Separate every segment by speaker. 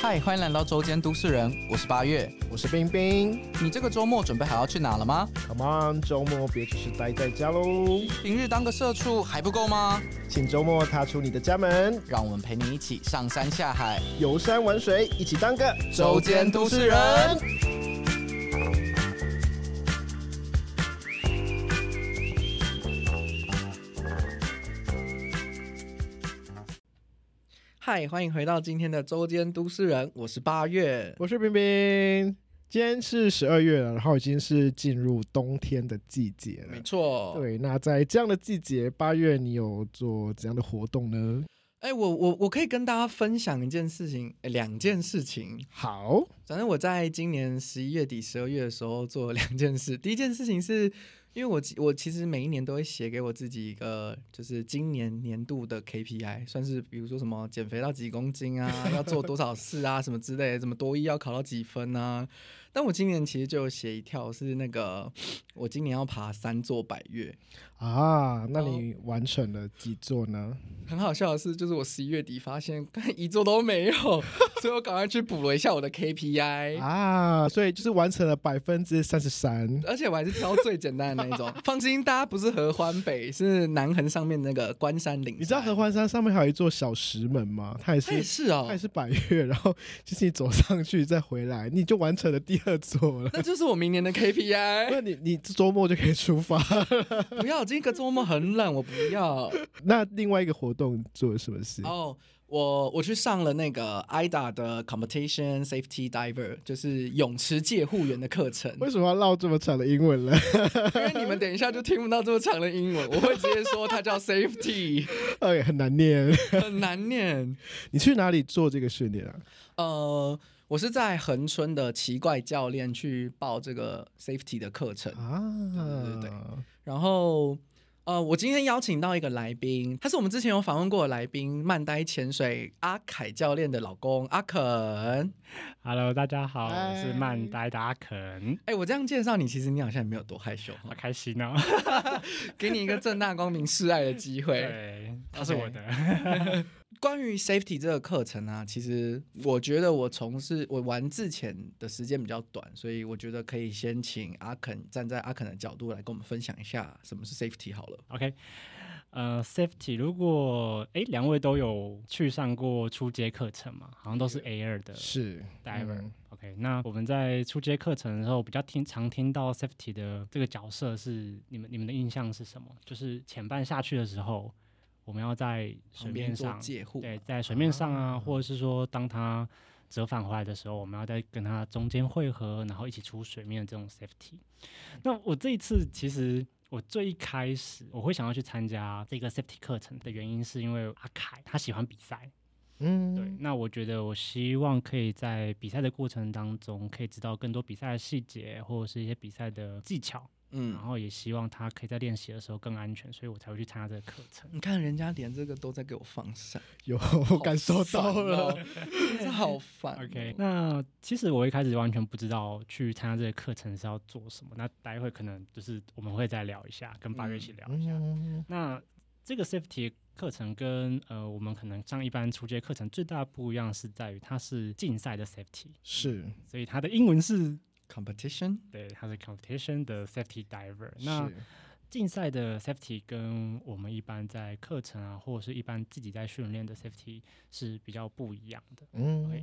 Speaker 1: 嗨，欢迎来到周间都市人，我是八月。
Speaker 2: 我是冰冰
Speaker 1: 你这个周末准备好要去哪了吗？
Speaker 2: ，Come on，周末别只是待在家喽，
Speaker 1: 平日当个社畜还不够吗？
Speaker 2: 请周末踏出你的家门，
Speaker 1: 让我们陪你一起上山下海。
Speaker 2: 游山玩水，一起当个
Speaker 1: 周间都市人。
Speaker 3: 嗨，欢迎回到今天的周间都市人，我是八月。
Speaker 2: 我是冰冰。今天是十二月了，然后已经是进入冬天的季节了
Speaker 3: 没。错，，
Speaker 2: 对，那在这样的季节，八月你有做怎样的活动呢？
Speaker 3: 哎，我我我可以跟大家分享一件事情，哎两件事情。
Speaker 2: 好，
Speaker 3: 反正我在今年十一月底、十二月的时候做了两件事。第一件事情是，因为我其我其实每一年都会写给我自己一个，就是今年年度的 KPI，算是比如说什么减肥到几公斤啊，要做多少事啊，什么之类的，什么多一要考到几分啊。但我今年其实就有写一条是那个，我今年要爬三座百岳。
Speaker 2: 啊，那你完成了几座呢？
Speaker 3: 很好笑的是，就是我十一月底发现，看一座都没有，所以我赶快去补了一下我的 KPI。
Speaker 2: 啊，所以就是完成了百分之三十三。
Speaker 3: 而且我还是挑最简单的那一 种。放心，大家不是合欢北，是南横上面那个关山岭。
Speaker 2: 你知道合？欢山上面还有一座小石门吗？它也
Speaker 3: 哎，
Speaker 2: 是
Speaker 3: 是哦
Speaker 2: 它也，是百越， 然后就是你走上去再回来，你就完成了第二座了。
Speaker 3: 那就是我明年的 KPI。
Speaker 2: 那你你周末就可以出发。
Speaker 3: 不要，这个周末很冷，我不要。
Speaker 2: 那另外一个活动做了什么事？
Speaker 3: 哦，我我去上了那个 IDA 的 Competition Safety Diver，就是泳池界护员的课 程。
Speaker 2: 为什么要唠这么长的英文了？
Speaker 3: 因为你们等一下就听不到这么长的英文，我会直接说它叫 Safety，
Speaker 2: 哎，很难念。
Speaker 3: 很难念。
Speaker 2: 你去哪里做这个训练啊？
Speaker 3: 呃，我是在恒春的奇怪教练去报这个 safety 的课程，
Speaker 2: 啊，
Speaker 3: 对对然后呃，我今天邀请到一个来宾，他是我们之前有访问过的来宾，曼呆潜水阿凯教练的老公阿肯。
Speaker 4: Hello，大家好，我
Speaker 2: 嗨
Speaker 4: 是曼呆的阿肯，
Speaker 3: 哎，我这样介绍你，其实你好像也没有多害羞，
Speaker 4: 好开心哦。
Speaker 3: 给你一个正大光明示爱的机会。
Speaker 4: 对，他是我的。
Speaker 3: 关于 safety 这个课程啊，其实我觉得我从事我玩之前的时间比较短，所以我觉得可以先请阿肯站在阿肯的角度来跟我们分享一下什么是 safety 好了。
Speaker 4: OK，呃，Safety，如果哎两位都有去上过初阶课程嘛，好像都是
Speaker 3: 嗯
Speaker 4: A 二的
Speaker 2: 是
Speaker 4: diver、
Speaker 2: 嗯
Speaker 4: OK，那我们在初阶课程的时候，比较听常听到 Safety 的这个角色是你们你们的印象是什么？就是前半下去的时候，我们要在水
Speaker 3: 旁边
Speaker 4: 面
Speaker 3: 做
Speaker 4: 上
Speaker 3: 介护，
Speaker 4: 对，在水面上啊，或者是说当它折返回来的时候，我们要再跟它中间汇合，然后一起出水面的这种 safety。那我这一次其实。我最一开始我会想要去参加这个 safety 课程的原因，是因为阿凯他喜欢比赛。
Speaker 2: 嗯，
Speaker 4: 对，那我觉得我希望可以在比赛的过程当中，可以知道更多比赛的细节，或者是一些比赛的技巧，
Speaker 3: 嗯
Speaker 4: 然，后也希望他可以在练习的时候更安全，所以我才会去参加这个课程。
Speaker 3: 你看人家连这个都在给我放闪，
Speaker 2: 有我感受到了。
Speaker 3: 好烦哦， 真的是好烦哦。
Speaker 4: OK，那其实我一开始完全不知道去参加这个课程是要做什么。那待会可能就是我们会再聊一下，跟八月一起聊一下。
Speaker 2: 嗯
Speaker 4: 那这个 safety 课程跟呃我们可能像一般初阶课程最大的不一样是在于它是竞赛的 safety，
Speaker 2: 是
Speaker 4: 所以它的英文是
Speaker 3: competition
Speaker 4: 对，它是 competition 的 safety diver。那
Speaker 2: 是
Speaker 4: 竞赛的 safety 跟我们一般在课程啊，或者是一般自己在训练的 safety 是比较不一样的。OK，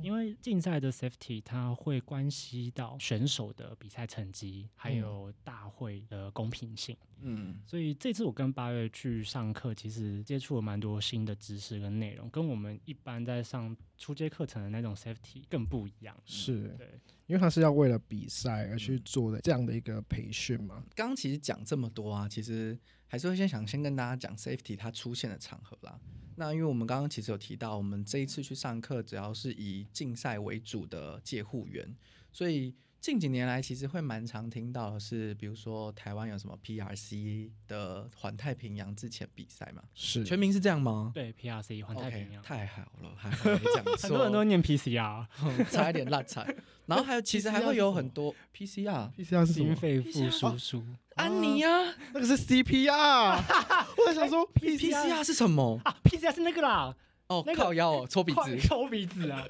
Speaker 2: 嗯
Speaker 4: 因为竞赛的 safety 它会关系到选手的比赛成绩，还
Speaker 2: 嗯
Speaker 4: 有大会的公平性。
Speaker 3: 嗯，
Speaker 4: 所以这次我跟八月去上课，其实接触了蛮多新的知识跟内容，跟我们一般在上初阶课程的那种 safety 更不一样。
Speaker 2: 是。
Speaker 4: 对，
Speaker 2: 因为他是要为了比赛而
Speaker 3: 嗯
Speaker 2: 去做的这样的一个培训嘛。
Speaker 3: 刚刚其实讲这么多啊，其实还是会先想先跟大家讲 safety 它出现的场合啦。那因为我们刚刚其实有提到，我们这一次去上课主要是以竞赛为主的介护员，所以近几年来其实会蛮常听到的是，比如说台湾有什么 PRC 的环太平洋之前比赛嘛，
Speaker 2: 是，
Speaker 3: 全名是这样吗？
Speaker 4: 对，PRC 嗯环太
Speaker 3: OK，
Speaker 4: 平洋
Speaker 3: 太好了，还好没讲错。
Speaker 4: 很多人都念 PCR，
Speaker 3: 差一点烂惨。然后还有，其实还会有很多
Speaker 4: 啊
Speaker 3: PCR，
Speaker 2: PCR 是什
Speaker 4: 心
Speaker 2: 么？
Speaker 4: 肺复苏术。
Speaker 3: 安妮呀
Speaker 4: 啊
Speaker 2: 那个是 CPR。我在想说
Speaker 3: ，PCR
Speaker 2: PCR
Speaker 3: 是什么？
Speaker 4: 啊，PCR 是那个啦，
Speaker 3: 哦，
Speaker 4: 那个
Speaker 3: 靠 腰哦，搓鼻
Speaker 4: 快
Speaker 3: 子。
Speaker 4: 抠鼻子啊！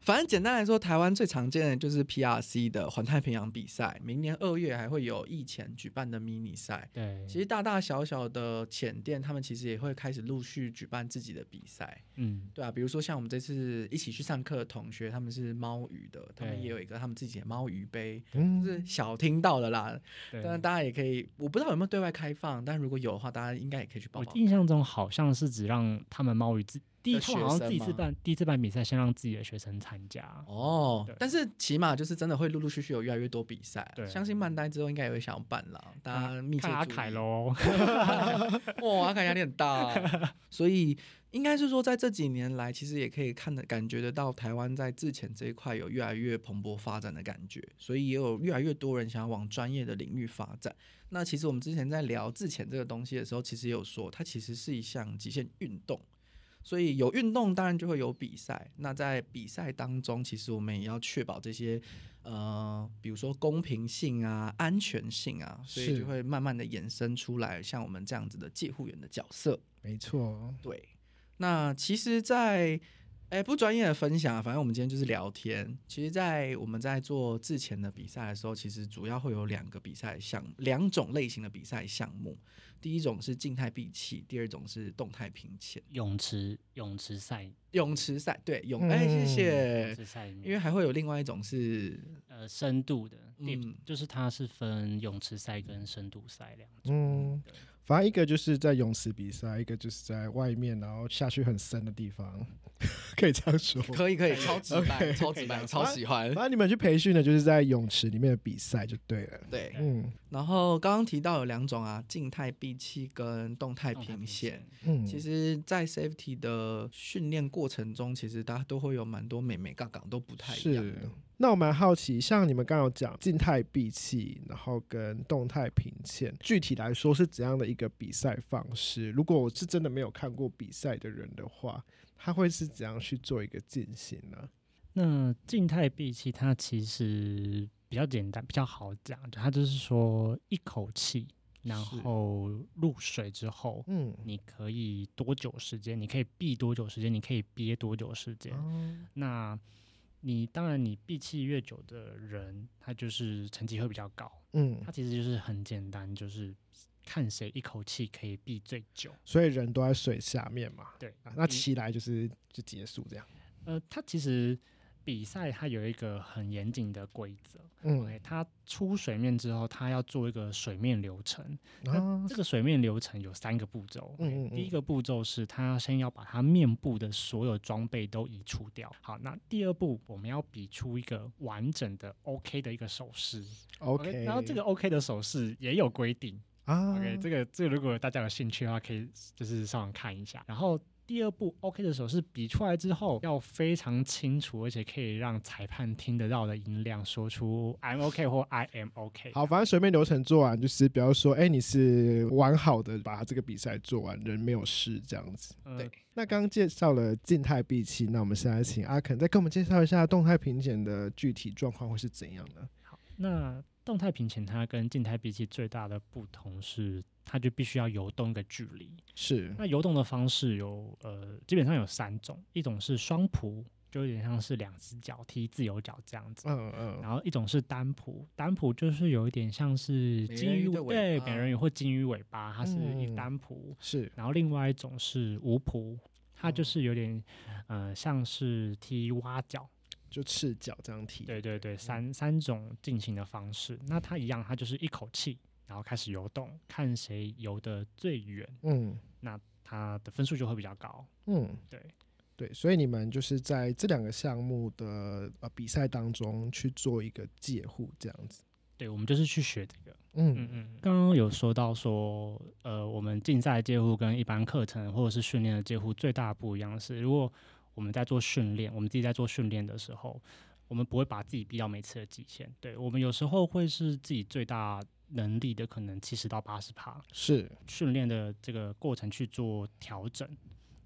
Speaker 3: 反正简单来说，台湾最常见的就是 PRC 的环太平洋比赛，明年二月还会有疫前举办的迷你赛。
Speaker 4: 对，
Speaker 3: 其实大大小小的浅店，他们其实也会开始陆续举办自己的比赛，
Speaker 4: 嗯，
Speaker 3: 对啊，比如说像我们这次一起去上课的同学，他们是猫鱼的，他们
Speaker 4: 对
Speaker 3: 也有一个他们自己的猫鱼杯，就
Speaker 2: 嗯，
Speaker 3: 是小听到的啦。
Speaker 4: 对。
Speaker 3: 当然大家也可以，我不知道有没有对外开放，但如果有的话，大家应该也可以去报
Speaker 4: 我
Speaker 3: 报。
Speaker 4: 印象中好像是只让他们猫鱼自第一，
Speaker 3: 的
Speaker 4: 他们好
Speaker 3: 学
Speaker 4: 像
Speaker 3: 生
Speaker 4: 第一次
Speaker 3: 吗
Speaker 4: 办第一次办比赛，先让自己的学生参加。
Speaker 3: 哦
Speaker 4: 对，
Speaker 3: 但是起码就是真的会陆陆续续有越来越多比赛，
Speaker 4: 对
Speaker 3: 相信曼呆之后应该也会想要办啦，大家密切
Speaker 4: 看阿
Speaker 3: 注意
Speaker 4: 凯。 喽，
Speaker 3: 哇，阿凯压力很大啊，所以应该是说在这几年来，其实也可以看得感觉得到台湾在自潜这一块有越来越蓬勃发展的感觉，所以也有越来越多人想要往专业的领域发展。那其实我们之前在聊自潜这个东西的时候，其实也有说它其实是一项极限运动。所以有运动，当然就会有比赛。那在比赛当中，其实我们也要确保这些，呃，比如说公平性啊、安全性啊，所以
Speaker 2: 是
Speaker 3: 就会慢慢的衍生出来，像我们这样子的介护员的角色。
Speaker 2: 没错，
Speaker 3: 对，那其实在，哎不专业的分享，反正我们今天就是聊天。其实，在我们在做之前的比赛的时候，其实主要会有两个比赛项目，两种类型的比赛项目。第一种是静态闭气，第二种是动态平潜。
Speaker 4: 泳池泳池赛，
Speaker 3: 泳池赛，对泳，哎、谢
Speaker 4: 泳
Speaker 3: 谢。
Speaker 4: 池赛里面
Speaker 3: 因为还会有另外一种是，
Speaker 4: 呃深度的，
Speaker 3: 嗯
Speaker 4: deep，就是它是分泳池赛跟深度赛两种。
Speaker 2: 嗯，反正一个就是在泳池比赛，一个就是在外面，然后下去很深的地方， 可以这样说。
Speaker 3: 可以可以，超直白，超直白，超
Speaker 2: 可以
Speaker 3: 喜欢
Speaker 2: 反。正你们去培训的就是在泳池里面的比赛就对了。
Speaker 3: 对，
Speaker 2: 嗯
Speaker 3: 然后刚刚提到有两种啊，静态闭气跟动态
Speaker 4: 动态
Speaker 3: 平
Speaker 4: 平
Speaker 3: 线。
Speaker 2: 嗯，
Speaker 3: 其实，在 safety 的训练过程中，其实大家都会有蛮多美美杠杠都不太一样
Speaker 2: 是
Speaker 3: 的。。
Speaker 2: 那我蛮好奇，像你们刚刚有讲静态闭气，然后跟动态平潜，具体来说是怎样的一个比赛方式？如果我是真的没有看过比赛的人的话，他会是怎样去做一个进行呢？
Speaker 4: 那静态闭气它其实比较简单，比较好讲，就它就是说一口气，然
Speaker 2: 是
Speaker 4: 后入水之后，
Speaker 2: 嗯，
Speaker 4: 你可以多久时间？你可以闭多久时间？你可以憋多久时间？
Speaker 2: 哦
Speaker 4: 那你当然，你闭气越久的人，他就是成绩会比较高。
Speaker 2: 嗯
Speaker 4: 他，其实就是很简单，就是看谁一口气可以闭最久。
Speaker 2: 所以人都在水下面嘛，
Speaker 4: 对
Speaker 2: 啊那
Speaker 4: 嗯
Speaker 2: 起来就是就结束这样。
Speaker 4: 呃，他其实比赛它有一个很严谨的规则。
Speaker 2: 嗯
Speaker 4: OK，，他出水面之后，他要做一个水面流程。
Speaker 2: 啊
Speaker 4: 这，个水面流程有三个步骤。
Speaker 2: 嗯嗯
Speaker 4: 第一
Speaker 2: 嗯
Speaker 4: 个步骤是他先要把他面部的所有装备都移除掉。好，那第二步我们要比出一个完整的 OK 的一个手势。
Speaker 2: ，OK，
Speaker 4: 然后这个 OK 的手势也有规定。
Speaker 2: 啊
Speaker 4: OK，这个这个如果大家有兴趣的话，可以就是上网看一下。然后第二步 OK 的手势比出来之后，要非常清楚，而且可以让裁判听得到的音量，说出 I'm OK 或 I am OK。
Speaker 2: 好，反正随便流程做完，就是不要说，哎、你是完好的把这个比赛做完，人没有事这样子。
Speaker 4: 呃，
Speaker 3: 对
Speaker 2: 那刚刚介绍了静态闭气，那我们现在请阿肯再跟我们介绍一下动态平检的具体状况会是怎样的？
Speaker 4: 那动态平潜它跟静态闭气最大的不同是，它就必须要游动一个距离。
Speaker 2: 是，
Speaker 4: 那游动的方式有呃，基本上有三种，一种是双蹼，就有点像是两只脚踢自由脚这样子。
Speaker 2: 嗯嗯，
Speaker 4: 然后一种是单蹼，单蹼就是有一点像
Speaker 3: 美
Speaker 4: 是
Speaker 3: 人
Speaker 4: 金
Speaker 3: 鱼
Speaker 4: 鱼
Speaker 3: 的尾
Speaker 4: 对
Speaker 3: 巴
Speaker 4: 美人鱼或金鱼尾巴，它是一
Speaker 2: 嗯
Speaker 4: 单蹼。
Speaker 2: 是
Speaker 4: 然后另外一种是无蹼，它
Speaker 3: 嗯
Speaker 4: 就是有点、呃像是踢蛙脚，
Speaker 2: 就赤脚这样踢。
Speaker 4: 对对对，三三种进行的方式。那它一样，它就是一口气，然后开始游动，看谁游得最远，
Speaker 2: 嗯
Speaker 4: 它的分数就会比较高。
Speaker 2: 嗯，
Speaker 4: 对，
Speaker 2: 对，所以你们就是在这两个项目的呃比赛当中去做一个介护这样子。
Speaker 4: 对，我们就是去学这个。嗯
Speaker 2: 嗯，
Speaker 4: 嗯，刚刚有说到说，呃，我们竞赛介护跟一般课程或者是训练的介护最大的不一样是，如果我们在做训练，我们自己在做训练的时候，我们不会把自己逼到每次的极限。对我们有时候会是自己最大能力的可能七十到八十趴
Speaker 2: 是
Speaker 4: 训练的这个过程去做调整，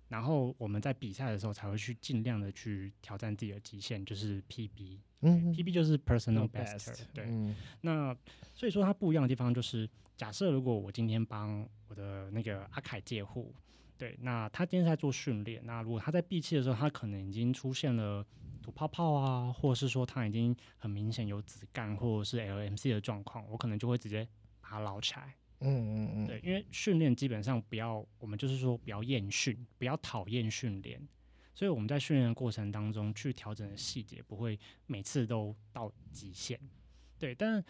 Speaker 4: 然后我们在比赛的时候才会去尽量的去挑战自己的极限，就是 PB。
Speaker 2: 嗯
Speaker 4: PB 就是 personal best，
Speaker 2: best，
Speaker 4: 对。
Speaker 2: 嗯
Speaker 4: 那所以说它不一样的地方就是，假设如果我今天帮我的那个阿凯借户，对，那他今天在做训练，那如果他在闭气的时候，他可能已经出现了吐泡泡啊，或者是说他已经很明显有子干或者是 LMC 的状况，我可能就会直接把他捞起来。
Speaker 2: 嗯嗯嗯，
Speaker 4: 对，因为训练基本上不要，我们就是说不要厌训，不要讨厌训练。所以我们在训练的过程当中去调整的细节，不会每次都到极限。对，但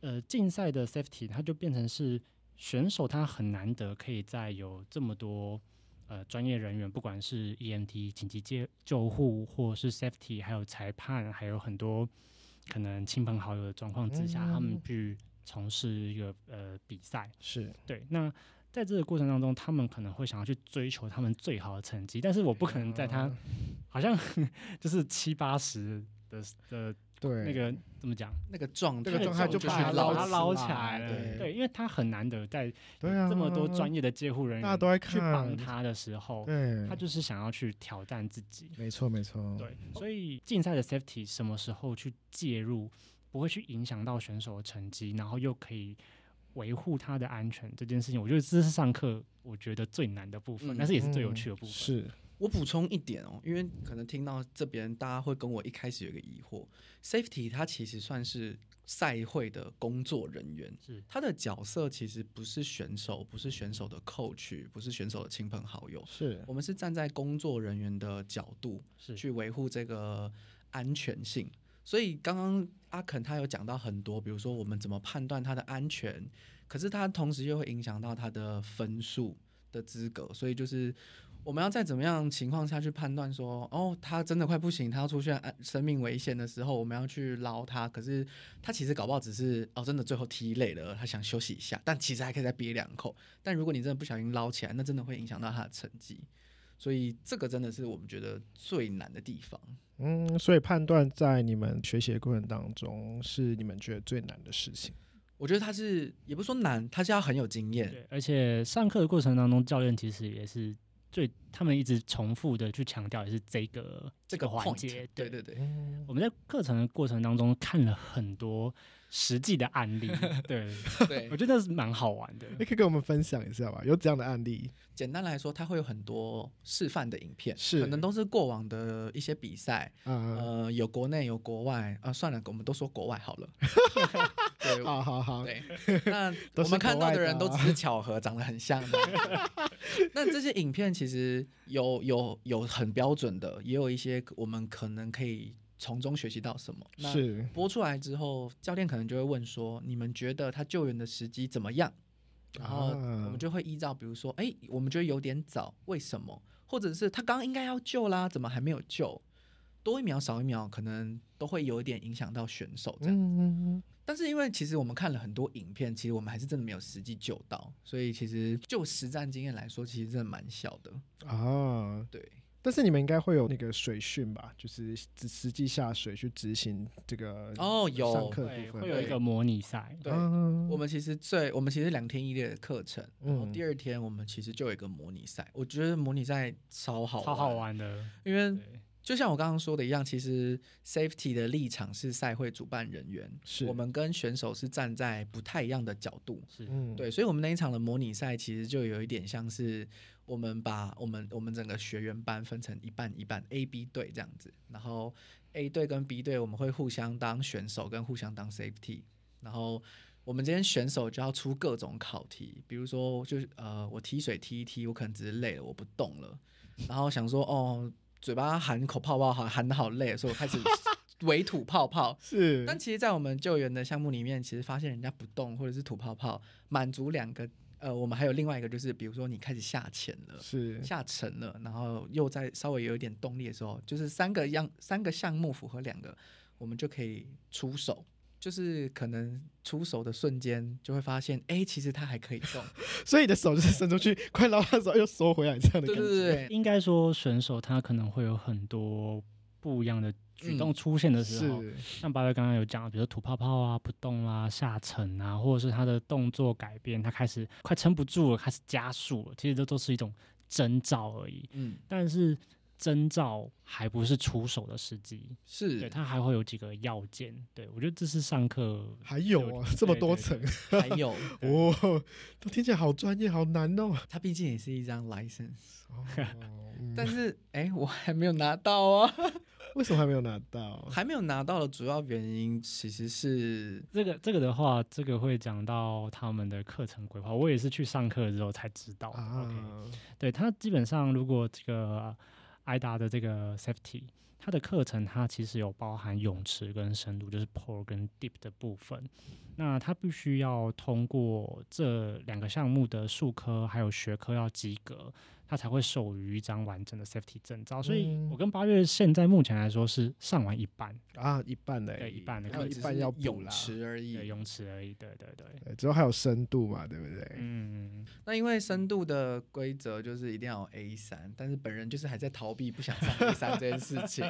Speaker 4: 呃，竞赛的 safety 它就变成是选手他很难得可以在有这么多呃专业人员，不管是 EMT 紧急接救护，或是 safety，还有裁判，还有很多可能亲朋好友的状况之下，他们
Speaker 2: 嗯
Speaker 4: 去从事一个呃比赛。
Speaker 2: 是
Speaker 4: 对，那在这个过程当中，他们可能会想要去追求他们最好的成绩，但是我不可能在他
Speaker 2: 啊
Speaker 4: 好像 就是七八十的的
Speaker 2: 对
Speaker 4: 那个怎么讲？
Speaker 3: 那个状态，
Speaker 2: 那个状态
Speaker 4: 就
Speaker 2: 就
Speaker 4: 把
Speaker 2: 把
Speaker 4: 他
Speaker 2: 它
Speaker 4: 捞
Speaker 2: 捞
Speaker 4: 他
Speaker 2: 起
Speaker 4: 捞
Speaker 2: 来
Speaker 4: 起来了，
Speaker 2: 对
Speaker 4: 对，因为他很难得在
Speaker 2: 对啊，
Speaker 4: 这么多专业的监护人
Speaker 2: 大家
Speaker 4: 员
Speaker 2: 都在
Speaker 4: 去
Speaker 2: 看，
Speaker 4: 帮他的时候，
Speaker 2: 对，
Speaker 4: 他就是想要去挑战自己。
Speaker 2: 没错没错，
Speaker 4: 对，所以竞赛的 safety 什么时候去介入，不会去影响到选手的成绩，然后又可以维护他的安全这件事情，我觉得这是上课我觉得最难的部分，
Speaker 3: 嗯
Speaker 4: 但是也
Speaker 2: 嗯，
Speaker 4: 是最有趣的部分。
Speaker 2: 是
Speaker 3: 我补充一点哦，因为可能听到这边大家会跟我一开始有一个疑惑，safety 它其实算是赛会的工作人员，
Speaker 4: 是
Speaker 3: 他的角色其实不是选手，不是选手的 coach，不是选手的亲朋好友，
Speaker 2: 是
Speaker 3: 我们是站在工作人员的角度
Speaker 4: 是
Speaker 3: 去维护这个安全性。所以刚刚阿肯他有讲到很多，比如说我们怎么判断他的安全，可是他同时又会影响到他的分数的资格，所以就是我们要在怎么样情况下去判断说，哦，他真的快不行，他要出现安生命危险的时候，我们要去捞他。可是他其实搞不好只是哦，真的最后踢累了，他想休息一下，但其实还可以再憋两口。但如果你真的不小心捞起来，那真的会影响到他的成绩。所以这个真的是我们觉得最难的地方。
Speaker 2: 嗯，所以判断在你们学习的过程当中是你们觉得最难的事情。
Speaker 3: 我觉得他是也不是说难，他是要很有经验。
Speaker 4: 对，而且上课的过程当中，教练其实也是最他们一直重复的去强调，也是这个
Speaker 3: 这个
Speaker 4: 环
Speaker 3: point，
Speaker 4: 节。
Speaker 3: 对对对，
Speaker 2: 嗯，
Speaker 4: 我们在课程的过程当中看了很多实际的案例，对
Speaker 3: 对
Speaker 4: 我觉得是蛮好玩的。
Speaker 2: 你可以跟我们分享一下吧？有这样的案例？
Speaker 3: 简单来说，它会有很多示范的影片，
Speaker 2: 是
Speaker 3: 可能都是过往的一些比赛，
Speaker 2: 啊、
Speaker 3: 呃，有国内有国外，啊，算了，我们都说国外好了。
Speaker 4: 呃
Speaker 3: 对
Speaker 2: 好好好，
Speaker 3: 对，那
Speaker 2: 都
Speaker 3: 我
Speaker 2: 是
Speaker 3: 们看
Speaker 2: 国
Speaker 3: 到
Speaker 2: 外
Speaker 3: 的
Speaker 2: 的
Speaker 3: 人都
Speaker 2: 啊
Speaker 3: 只是巧合，长得很像的。那这些影片其实有有有很标准的，也有一些我们可能可以从中学习到什么。那
Speaker 2: 是
Speaker 3: 播出来之后，教练可能就会问说：“你们觉得他救援的时机怎么样？”然后
Speaker 2: 啊
Speaker 3: 我们就会依照，比如说，哎、我们觉得有点早，为什么？或者是他刚刚应该要救啦，怎么还没有救？多一秒少一秒，可能都会有一点影响到选手这样。
Speaker 2: 嗯，嗯
Speaker 3: 但是因为其实我们看了很多影片，其实我们还是真的没有实际救到，所以其实就实战经验来说，其实真的蛮小的。
Speaker 2: 嗯啊，
Speaker 3: 对，
Speaker 2: 但是你们应该会有那个水训吧？就是实实际下水去执行这个
Speaker 3: 哦，有
Speaker 2: 上课
Speaker 4: 对，
Speaker 2: 的部
Speaker 4: 会
Speaker 2: 分。
Speaker 4: 有一个模拟赛，
Speaker 3: 对
Speaker 2: 嗯
Speaker 3: 我们其实最我们其实两天一夜的课程，然后
Speaker 2: 嗯
Speaker 3: 第二天我们其实就有一个模拟赛，我觉得模拟赛超好，嗯
Speaker 4: 超好，玩的。
Speaker 3: 因为
Speaker 4: 对
Speaker 3: 就像我刚刚说的一样，其实 safety 的立场是赛会主办人员，
Speaker 2: 是
Speaker 3: 我们跟选手是站在不太一样的角度，
Speaker 4: 是
Speaker 2: 嗯，
Speaker 3: 对，所以我们那一场的模拟赛其实就有一点像是我们把我们我们整个学员班分成一半一半 A、B 队这样子，然后 A 队跟 B 队我们会互相当选手跟互相当 safety，然后我们今天选手就要出各种考题，比如说就是呃我踢水踢一踢，我可能只是累了我不动了，然后想说哦嘴巴含口泡泡好含的好累，所以我开始 围吐泡泡，
Speaker 2: 是
Speaker 3: 但其实，在我们救援的项目里面，其实发现人家不动或者是吐泡泡，满足两个呃，我们还有另外一个就是，比如说你开始下潜了。
Speaker 2: 是
Speaker 3: 下沉了，然后又在稍微有一点动力的时候，就是三个样三个项目符合两个，我们就可以出手。就是可能出手的瞬间，就会发现，哎、其实它还可以动。
Speaker 2: 所以你的手就是伸出去， 快捞到的时候又收回来，这样的
Speaker 3: 对
Speaker 2: 感觉。
Speaker 3: 对对对，
Speaker 4: 应该说选手他可能会有很多不一样的举动出现的时候，
Speaker 2: 是
Speaker 4: 像八月刚刚有讲，比如说吐泡泡啊、不动啦、下沉啊，或者是他的动作改变，他开始快撑不住了，开始加速了，其实这都是一种征兆而已。
Speaker 3: 嗯，
Speaker 4: 但是征兆还不是出手的时机，
Speaker 3: 是
Speaker 4: 对，它还会有几个要件。对我觉得这是上课
Speaker 2: 还有啊，这么多层
Speaker 3: 还有，
Speaker 4: 对
Speaker 2: 哦，都听起来好专业，好难 哦。
Speaker 3: 它毕竟也是一张 license，
Speaker 2: 哦嗯
Speaker 3: 但是哎、我还没有拿到啊，
Speaker 2: 为什么还没有拿到？
Speaker 3: 还没有拿到的主要原因其实是
Speaker 4: 这个这个的话，这个会讲到他们的课程规划。我也是去上课之后才知道的。OK，
Speaker 2: 啊，
Speaker 4: 对它基本上，如果这个挨达的这个 safety，它的课程它其实有包含泳池跟深度，就是 pole 跟 deep 的部分。那它必须要通过这两个项目的术科还有学科要及格，它才会授予一张完整的 safety 证照。所以
Speaker 2: 嗯
Speaker 4: 我跟八月现在目前来说是上完一半
Speaker 2: 啊，一半嘞，
Speaker 4: 对一半的
Speaker 2: 还有
Speaker 4: 课
Speaker 2: 一
Speaker 3: 只
Speaker 2: 半
Speaker 3: 是
Speaker 2: 要补
Speaker 3: 泳
Speaker 2: 啦，
Speaker 3: 池而
Speaker 4: 的
Speaker 3: 已。
Speaker 4: 泳池而已。对对对，
Speaker 2: 对之后还有深度嘛，对不对？
Speaker 4: 嗯，
Speaker 3: 那因为深度的规则就是一定要有 A 三，但是本人就是还在逃避不想上 A 三这件事情。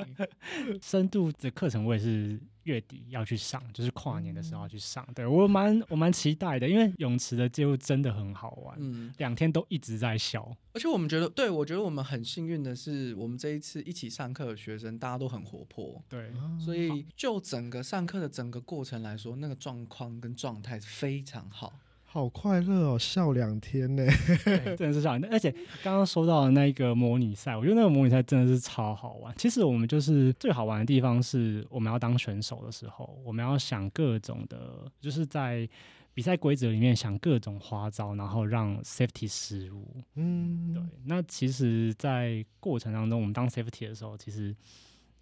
Speaker 4: 深度的课程我也是月底要去上，就是跨年的时候要去上。对我蛮我蛮期待的，因为泳池的介入真的很好玩，
Speaker 3: 嗯，
Speaker 4: 两天都一直在笑。
Speaker 3: 而且我们觉得，对我觉得我们很幸运的是，我们这一次一起上课的学生大家都很活泼，
Speaker 4: 对，
Speaker 2: 啊
Speaker 3: 所以就整个上课的整个过程来说，那个状况跟状态非常好。
Speaker 2: 好快乐哦，笑两天 呢。
Speaker 4: 对真的是这样。而且刚刚说到的那个模拟赛，我觉得那个模拟赛真的是超好玩。其实我们就是最好玩的地方是，我们要当选手的时候，我们要想各种的，就是在比赛规则里面想各种花招，然后让 safety 失误。
Speaker 2: 嗯，
Speaker 4: 对，那其实，在过程当中，我们当 safety 的时候，其实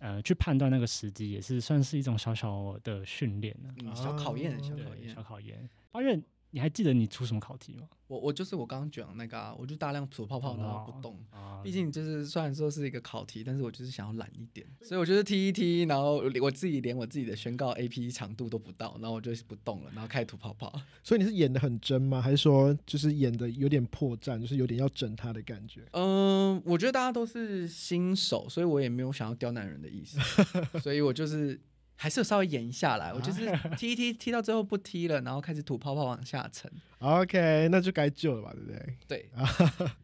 Speaker 4: 呃，去判断那个时机也是算是一种小小的训练呢、
Speaker 3: 嗯，小考验，小
Speaker 2: 啊
Speaker 3: 考
Speaker 4: 哦对，
Speaker 3: 验
Speaker 4: 小。考验。八月，你还记得你出什么考题吗？
Speaker 3: 我我就是我刚刚讲那个、啊，我就大量吐泡泡，然后
Speaker 4: 哦
Speaker 3: 不动。
Speaker 4: 啊
Speaker 3: 毕竟就是虽然说是一个考题，但是我就是想要懒一点，所以我就是踢一踢，然后我自己连我自己的宣告 A P 长度都不到，然后我就不动了，然后开始吐泡泡。
Speaker 2: 所以你是演的很真吗？还是说就是演的有点破绽，就是有点要整他的感觉？
Speaker 3: 嗯，我觉得大家都是新手，所以我也没有想要刁难人的意思，所以我就是还是有稍微演一下来，我就是
Speaker 2: 啊
Speaker 3: 踢一踢，踢到最后不踢了，然后开始吐泡泡往下沉。
Speaker 2: OK，那就该救了吧，对不对？
Speaker 3: 对，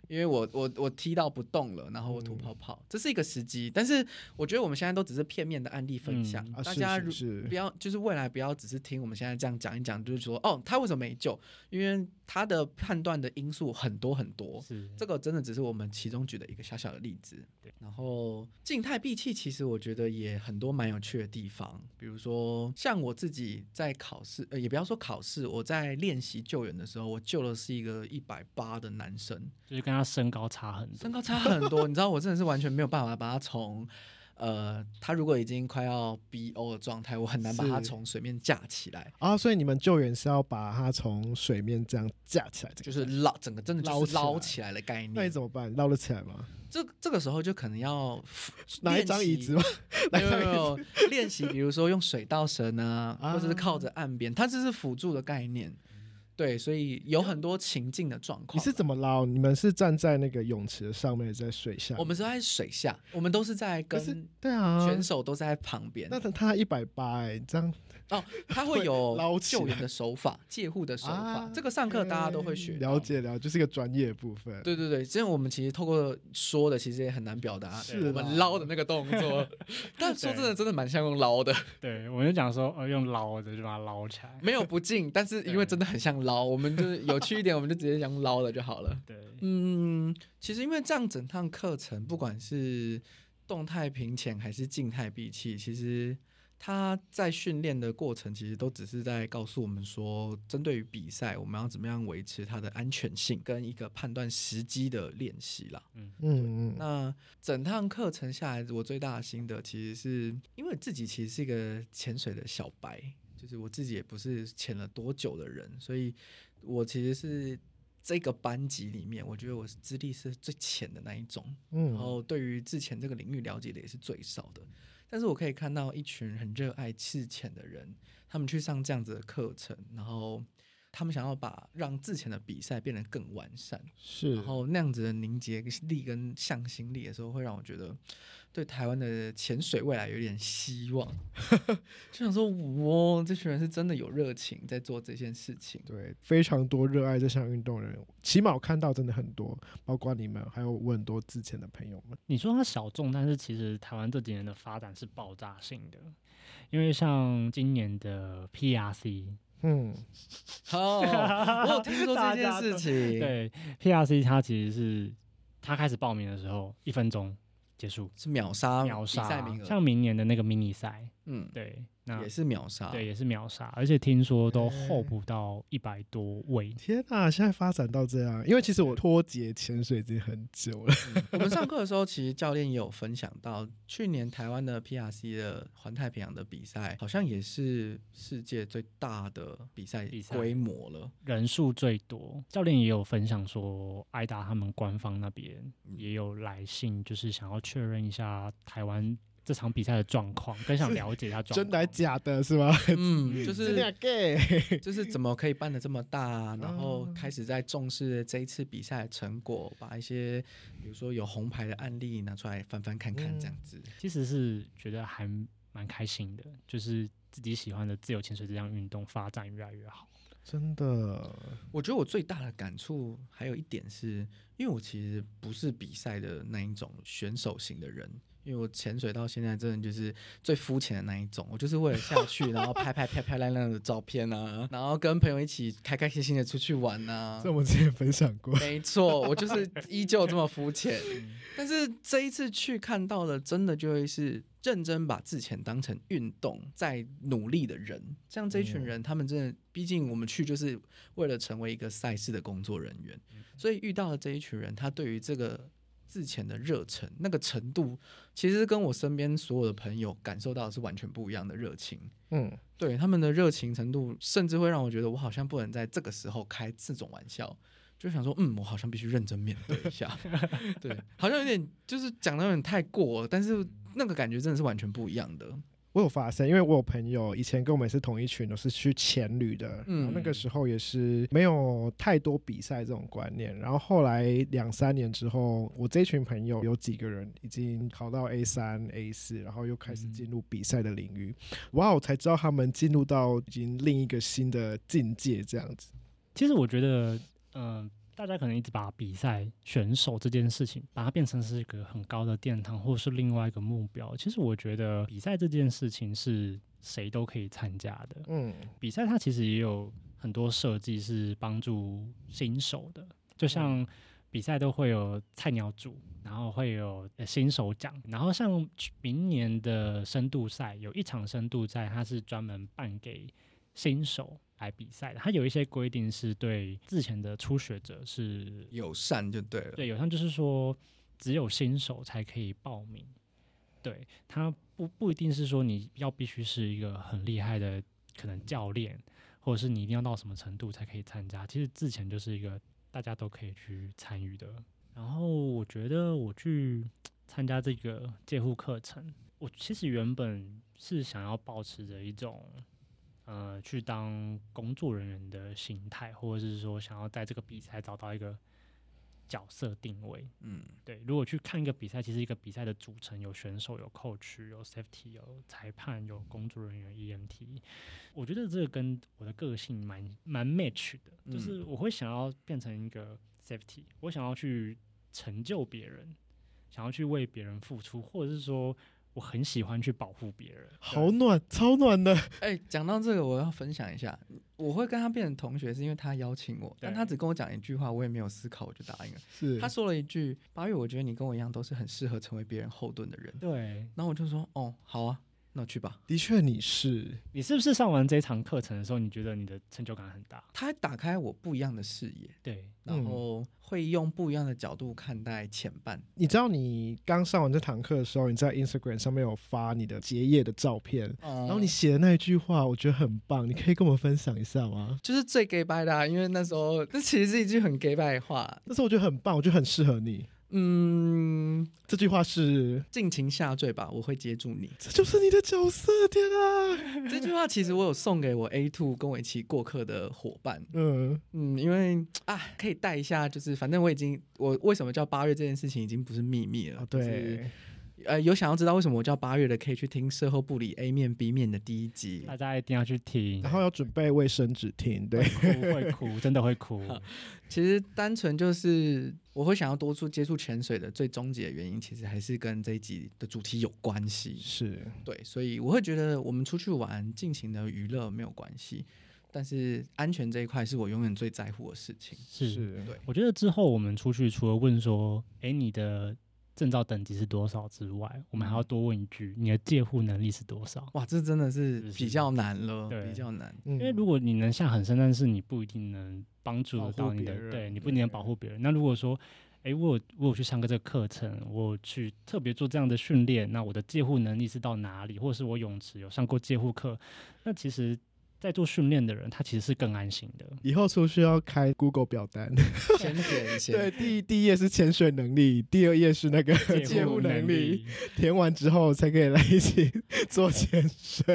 Speaker 3: 因为我我我踢到不动了，然后我吐
Speaker 2: 嗯
Speaker 3: 泡泡，这是一个时机。但是我觉得我们现在都只是片面的案例分享，
Speaker 4: 嗯
Speaker 2: 啊，
Speaker 3: 大家如
Speaker 2: 是是
Speaker 3: 不
Speaker 2: 是，
Speaker 3: 要就是未来不要只是听我们现在这样讲一讲，就是说哦他为什么没救，因为他的判断的因素很多很多。
Speaker 4: 是
Speaker 3: 这个真的只是我们其中举的一个小小的例子
Speaker 4: 对。
Speaker 3: 然后静态闭气，其实我觉得也很多蛮有趣的地方，比如说像我自己在考试，呃，也不要说考试，我在练习救援的时候，我救的是一个一百八的男生，
Speaker 4: 就是跟他身高差很多
Speaker 3: 身。高差很多，你知道我真的是完全没有办法把他 从。呃，他如果已经快要 BO 的状态，我很难把他
Speaker 2: 是
Speaker 3: 从水面架起来，
Speaker 2: 啊，所以你们救援是要把它从水面这样架起来，这
Speaker 3: 就
Speaker 2: 个
Speaker 3: 是捞整个真的就
Speaker 2: 捞
Speaker 3: 是
Speaker 2: 起来
Speaker 3: 捞起来的概念。
Speaker 2: 那你怎么办？捞得起来吗？
Speaker 3: 这这个时候就可能要
Speaker 2: 拿一张椅 子吗？
Speaker 3: 没有没有练习，比如说用水稻绳啊，
Speaker 2: 啊嗯
Speaker 3: 或者是靠着岸边，它这是辅助的概念。对，所以有很多情境的状况。
Speaker 2: 你是怎
Speaker 3: 么？
Speaker 2: 么捞？你们是站在那个泳池的上面，在水下？
Speaker 3: 我们是在水下，我们都是在
Speaker 2: 可是
Speaker 3: 跟
Speaker 2: 对啊，
Speaker 3: 选手都在旁边。
Speaker 2: 那他他一百八哎，这样
Speaker 3: 哦，他会有
Speaker 2: 会捞起来
Speaker 3: 救援的手法、 借护的手法
Speaker 2: 啊，
Speaker 3: 这个上课大家都会学到
Speaker 2: 了。解了解，就是一个专业的部分。
Speaker 3: 对对对，这样我们其实透过说的，其实也很难表达
Speaker 2: 是啦
Speaker 3: 我们捞的那个动 作。但说真的，真的蛮像用捞的，
Speaker 4: 对，我就讲说，呃，用捞的就把它捞起来。
Speaker 3: 没有不敬，但是因为真的很像捞，我们就是有趣一点，我们就直接讲捞了就好了。
Speaker 4: 对，
Speaker 3: 嗯，其实因为这样整趟课程，不管是动态平潜还是静态闭气，其实他在训练的过程，其实都只是在告诉我们说，针对于比赛，我们要怎么样维持它的安全性跟一个判断时机的练习啦。
Speaker 2: 嗯嗯，
Speaker 3: 那整趟课程下来，我最大的心得其实是因为自己其实是一个潜水的小白，就是我自己也不是潜了多久的人，所以我其实是这个班级里面，我觉得我是资历是最浅的那一种，
Speaker 2: 嗯，
Speaker 3: 然后对于之前这个领域了解的也是最少的。但是我可以看到一群很热爱赤潜的人，他们去上这样子的课程，然后他们想要把让之前的比赛变得更完善，
Speaker 2: 是
Speaker 3: 然后那样子的凝结力跟向心力的时候，会让我觉得对台湾的潜水未来有点希望。 就想说，哇，这群人是真的有热情在做这件事情。
Speaker 2: 对，非常多热爱这项运动的人，起码我看到真的很多，包括你们，还有我很多之前的朋友们。
Speaker 4: 你说它小众，但是其实台湾这几年的发展是爆炸性的，因为像今年的 PRC，
Speaker 2: 嗯，
Speaker 3: 哦，我有听说这件
Speaker 4: 大家
Speaker 3: 事
Speaker 4: 都
Speaker 3: 情，，
Speaker 4: 对 PRC 它其实是它开始报名的时候一分钟结束，
Speaker 3: 是秒杀啊
Speaker 4: 秒
Speaker 3: 比赛
Speaker 4: 杀啊
Speaker 3: 名，额，
Speaker 4: 像明年的那个迷你赛，
Speaker 3: 嗯，
Speaker 4: 对，那
Speaker 3: 也是啊嗯秒杀，
Speaker 4: 对，也是秒杀，而且听说都
Speaker 2: 哎
Speaker 4: 候补到一百多位。
Speaker 2: 天哪，现在发展到这样，因为其实我脱节潜水已经很久了。
Speaker 3: 我们上课的时候，其实教练也有分享到，去年台湾的 PRC 的环太平洋的比赛，好像也是世界最大的比赛
Speaker 4: 比赛
Speaker 3: 规模 了。
Speaker 4: 人数最多。教练也有分享说，艾达他们官方那边
Speaker 3: 嗯
Speaker 4: 也有来信，就是想要确认一下台湾这场比赛的状况，更想了解一下状况。
Speaker 2: 真的还假的是吗？
Speaker 3: 嗯，就
Speaker 2: 真的
Speaker 3: 是
Speaker 2: gay，
Speaker 3: 就是怎么可以办的这么大，然后开始在重视这一次比赛的成果，把一些比如说有红牌的案例拿出来翻翻看看，
Speaker 2: 嗯
Speaker 3: 这样子。
Speaker 4: 其实是觉得还蛮开心的，就是自己喜欢的自由潜水这项运动发展越来越好。
Speaker 2: 真的，
Speaker 3: 我觉得我最大的感触还有一点是，因为我其实不是比赛的那一种选手型的人，因为我潜水到现在真的就是最肤浅的那一种，我就是为了下去，然后拍拍漂漂亮亮的照片啊，然后跟朋友一起开开心心的出去玩啊
Speaker 2: 这。我们之前分享过。
Speaker 3: 没错，我就是依旧这么肤浅，但是这一次去看到的，真的就会是认真把自潜当成运动在努力的人。像这一群人，他们真的，毕竟我们去就是为了成为一个赛事的工作人员，所以遇到了这一群人，他对于这个。自潜的热忱，那个程度，其实跟我身边所有的朋友感受到的是完全不一样的热情。
Speaker 2: 嗯，
Speaker 3: 对他们的热情程度，甚至会让我觉得我好像不能在这个时候开这种玩笑，就想说，嗯，我好像必须认真面对一下。对，好像有点就是讲的有点太过了，但是那个感觉真的是完全不一样的。
Speaker 2: 我有发现，因为我有朋友以前跟我们也是同一群，都是去潜旅的，
Speaker 3: 嗯
Speaker 2: 然后那个时候也是没有太多比赛这种观念。然后后来两三年之后，我这群朋友有几个人已经考到 A 三、A 四，然后又开始进入比赛的领域。哇，哦我才知道他们进入到已经另一个新的境界这样子。
Speaker 4: 其实我觉得，嗯、大家可能一直把比赛选手这件事情，把它变成是一个很高的殿堂，或者是另外一个目标。其实我觉得比赛这件事情是谁都可以参加的。
Speaker 2: 嗯，
Speaker 4: 比赛它其实也有很多设计是帮助新手的，就像比赛都会有菜鸟组，然后会有呃新手奖，然后像明年的深度赛有一场深度赛，它是专门办给新手来比赛的，它有一些规定是对之前的初学者是
Speaker 3: 友善就对了。
Speaker 4: 对，有像就是说，只有新手才可以报名。对，他不不一定是说你要必须是一个很厉害的可能教练，或者是你一定要到什么程度才可以参加。其实之前就是一个大家都可以去参与的。然后我觉得我去参加这个戒护课程，我其实原本是想要保持着一种。呃，去当工作人员的心态，或者是说想要在这个比赛找到一个角色定位。
Speaker 3: 嗯，
Speaker 4: 对，如果去看一个比赛，其实一个比赛的组成有选手、有 coach、有 safety、有裁判、有工作人员、EMT。我觉得这个跟我的个性蛮蛮 match 的，就
Speaker 3: 嗯
Speaker 4: 是我会想要变成一个 safety，我想要去成就别人，想要去为别人付出，或者是说我很喜欢去保护别人。
Speaker 2: 好暖，超暖的。
Speaker 3: 哎、讲到这个，我要分享一下，我会跟他变成同学，是因为他邀请我，但他只跟我讲一句话，我也没有思考，我就答应了。
Speaker 2: 是
Speaker 3: 他说了一句：“八月，我觉得你跟我一样，都是很适合成为别人后盾的人。
Speaker 4: 对”
Speaker 3: 然后我就说：“哦，好啊，那去吧。”
Speaker 2: 的确你是，
Speaker 4: 你是不是上完这一堂课程的时候，你觉得你的成就感很大？
Speaker 3: 他打开我不一样的视野，
Speaker 4: 对，
Speaker 3: 然
Speaker 2: 嗯
Speaker 3: 后会用不一样的角度看待前半。
Speaker 2: 你知道你刚上完这堂课的时候，你在 Instagram 上面有发你的结业的照片，
Speaker 3: 然
Speaker 2: 然后你写的那一句话，我觉得很棒，你可以跟我们分享一下吗？
Speaker 3: 就是最 gay 拜的、啊，因为那时候这其实是一句很 gay 拜的话。
Speaker 2: 但是我觉得很棒，我觉得很适合你。
Speaker 3: 嗯，
Speaker 2: 这句话是，
Speaker 3: 尽情下坠吧，我会接住你。
Speaker 2: 这就是你的角色，天啊！
Speaker 3: 这句话其实我有送给我 A two 跟我一起过客的伙伴，
Speaker 2: 嗯，
Speaker 3: 嗯，因为啊，可以带一下，就是反正我已经，我为什么叫八月这件事情已经不是秘密了。
Speaker 2: 啊
Speaker 3: 就是
Speaker 2: 对，
Speaker 3: 呃，有想要知道为什么我叫八月的，可以去听事后部里 A 面 B 面的第一集
Speaker 4: 大。家一定要去听
Speaker 2: 然，后要准备卫生纸听，对，
Speaker 4: 哭会哭，真的会 哭。
Speaker 3: 其实单纯就是我会想要多处接触潜水的最终极的原因，其实还是跟这一集的主题有关系。
Speaker 2: 是
Speaker 3: 对，所以我会觉得我们出去玩，尽情的娱乐没有关系，但是安全这一块是我永远最在乎的事情。
Speaker 4: 是，
Speaker 2: 是，啊
Speaker 3: 对，
Speaker 4: 我觉得之后我们出去，除了问说，哎，你的证照等级是多少之外，我
Speaker 2: 嗯
Speaker 4: 们还要多问一句，你的戒护能力是多少？
Speaker 3: 哇，这真的是
Speaker 4: 是是
Speaker 3: 比较难了，
Speaker 4: 对
Speaker 3: 比较难。
Speaker 2: 因
Speaker 4: 因为如果你能下很深，但是你不一定能帮助
Speaker 2: 嗯
Speaker 4: 得
Speaker 2: 保
Speaker 4: 到
Speaker 2: 护
Speaker 4: 你的
Speaker 2: 别，人
Speaker 4: 对你不一定能保护别人。那如果说，诶，我有我有去上个这个课程，我有去特别做这样的训练，那我的戒护能力是到哪里，或者是我泳池有上过戒护课，那其实。在做训练的人，他其实是更安心 的。
Speaker 2: 以后出去要开 Google 表 单，
Speaker 3: 先填先
Speaker 2: 对，第一第一页是潜水能力，第二页是那个
Speaker 4: 戒
Speaker 2: 戒
Speaker 4: 护
Speaker 2: 护能力，，填完之后才可以来一起 做潜水。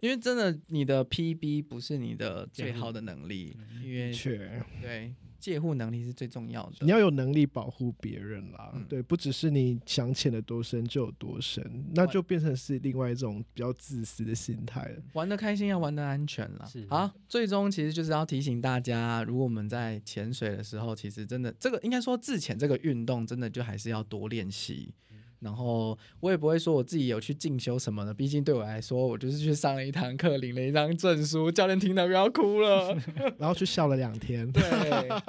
Speaker 3: 因为真的你的 PB 不是你的最好的能力，
Speaker 4: 嗯
Speaker 3: 因为
Speaker 2: 确，
Speaker 3: 对戒护能力是最重要
Speaker 2: 你
Speaker 3: 的。
Speaker 2: 要有能力保护别人啦，
Speaker 3: 嗯
Speaker 2: 对，不只是你想潜的多深就有多深，那就变成是另外一种比较自私的心态了。
Speaker 3: 玩的开心要玩的安全啦
Speaker 4: 是。
Speaker 3: 好，最终其实就是要提醒大家，如果我们在潜水的时候，其实真的这个应该说自潜这个运动，真的就还是要多练习。然后我也不会说我自己有去进修什么的，毕竟对我来说，我就是去上了一堂课，领了一张证书，教练听到不要哭 了。
Speaker 2: 然后去笑了两 天，
Speaker 3: 对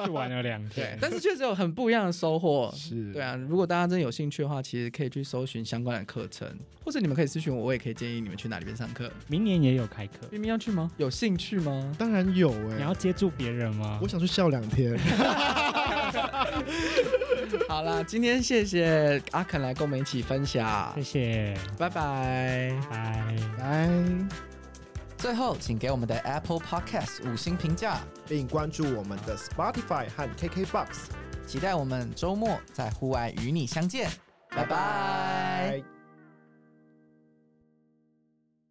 Speaker 4: 去玩了两
Speaker 3: 对
Speaker 4: 天，，
Speaker 3: 但是确实有很不一样的收获。
Speaker 2: 是，
Speaker 3: 对，啊，如果大家真的有兴趣的话，其实可以去搜寻相关的课程，或者你们可以私询我，我也可以建议你们去哪里边上课。
Speaker 4: 明年也有开课，
Speaker 3: 冰冰要去吗？有兴趣吗？
Speaker 2: 当然有哎、
Speaker 4: 你要接住别人吗
Speaker 2: 我？想去笑两天，
Speaker 3: 好啦，今天谢谢阿肯来跟我们一起分享
Speaker 4: 谢，谢，
Speaker 3: 拜拜。
Speaker 4: 拜。
Speaker 2: 来。
Speaker 1: 最后，请给我们的 Apple Podcast 五星评价，
Speaker 5: 并关注我们的 Spotify 和 KKBox。
Speaker 1: 期待我们周末在户外与你相见，拜拜
Speaker 5: 拜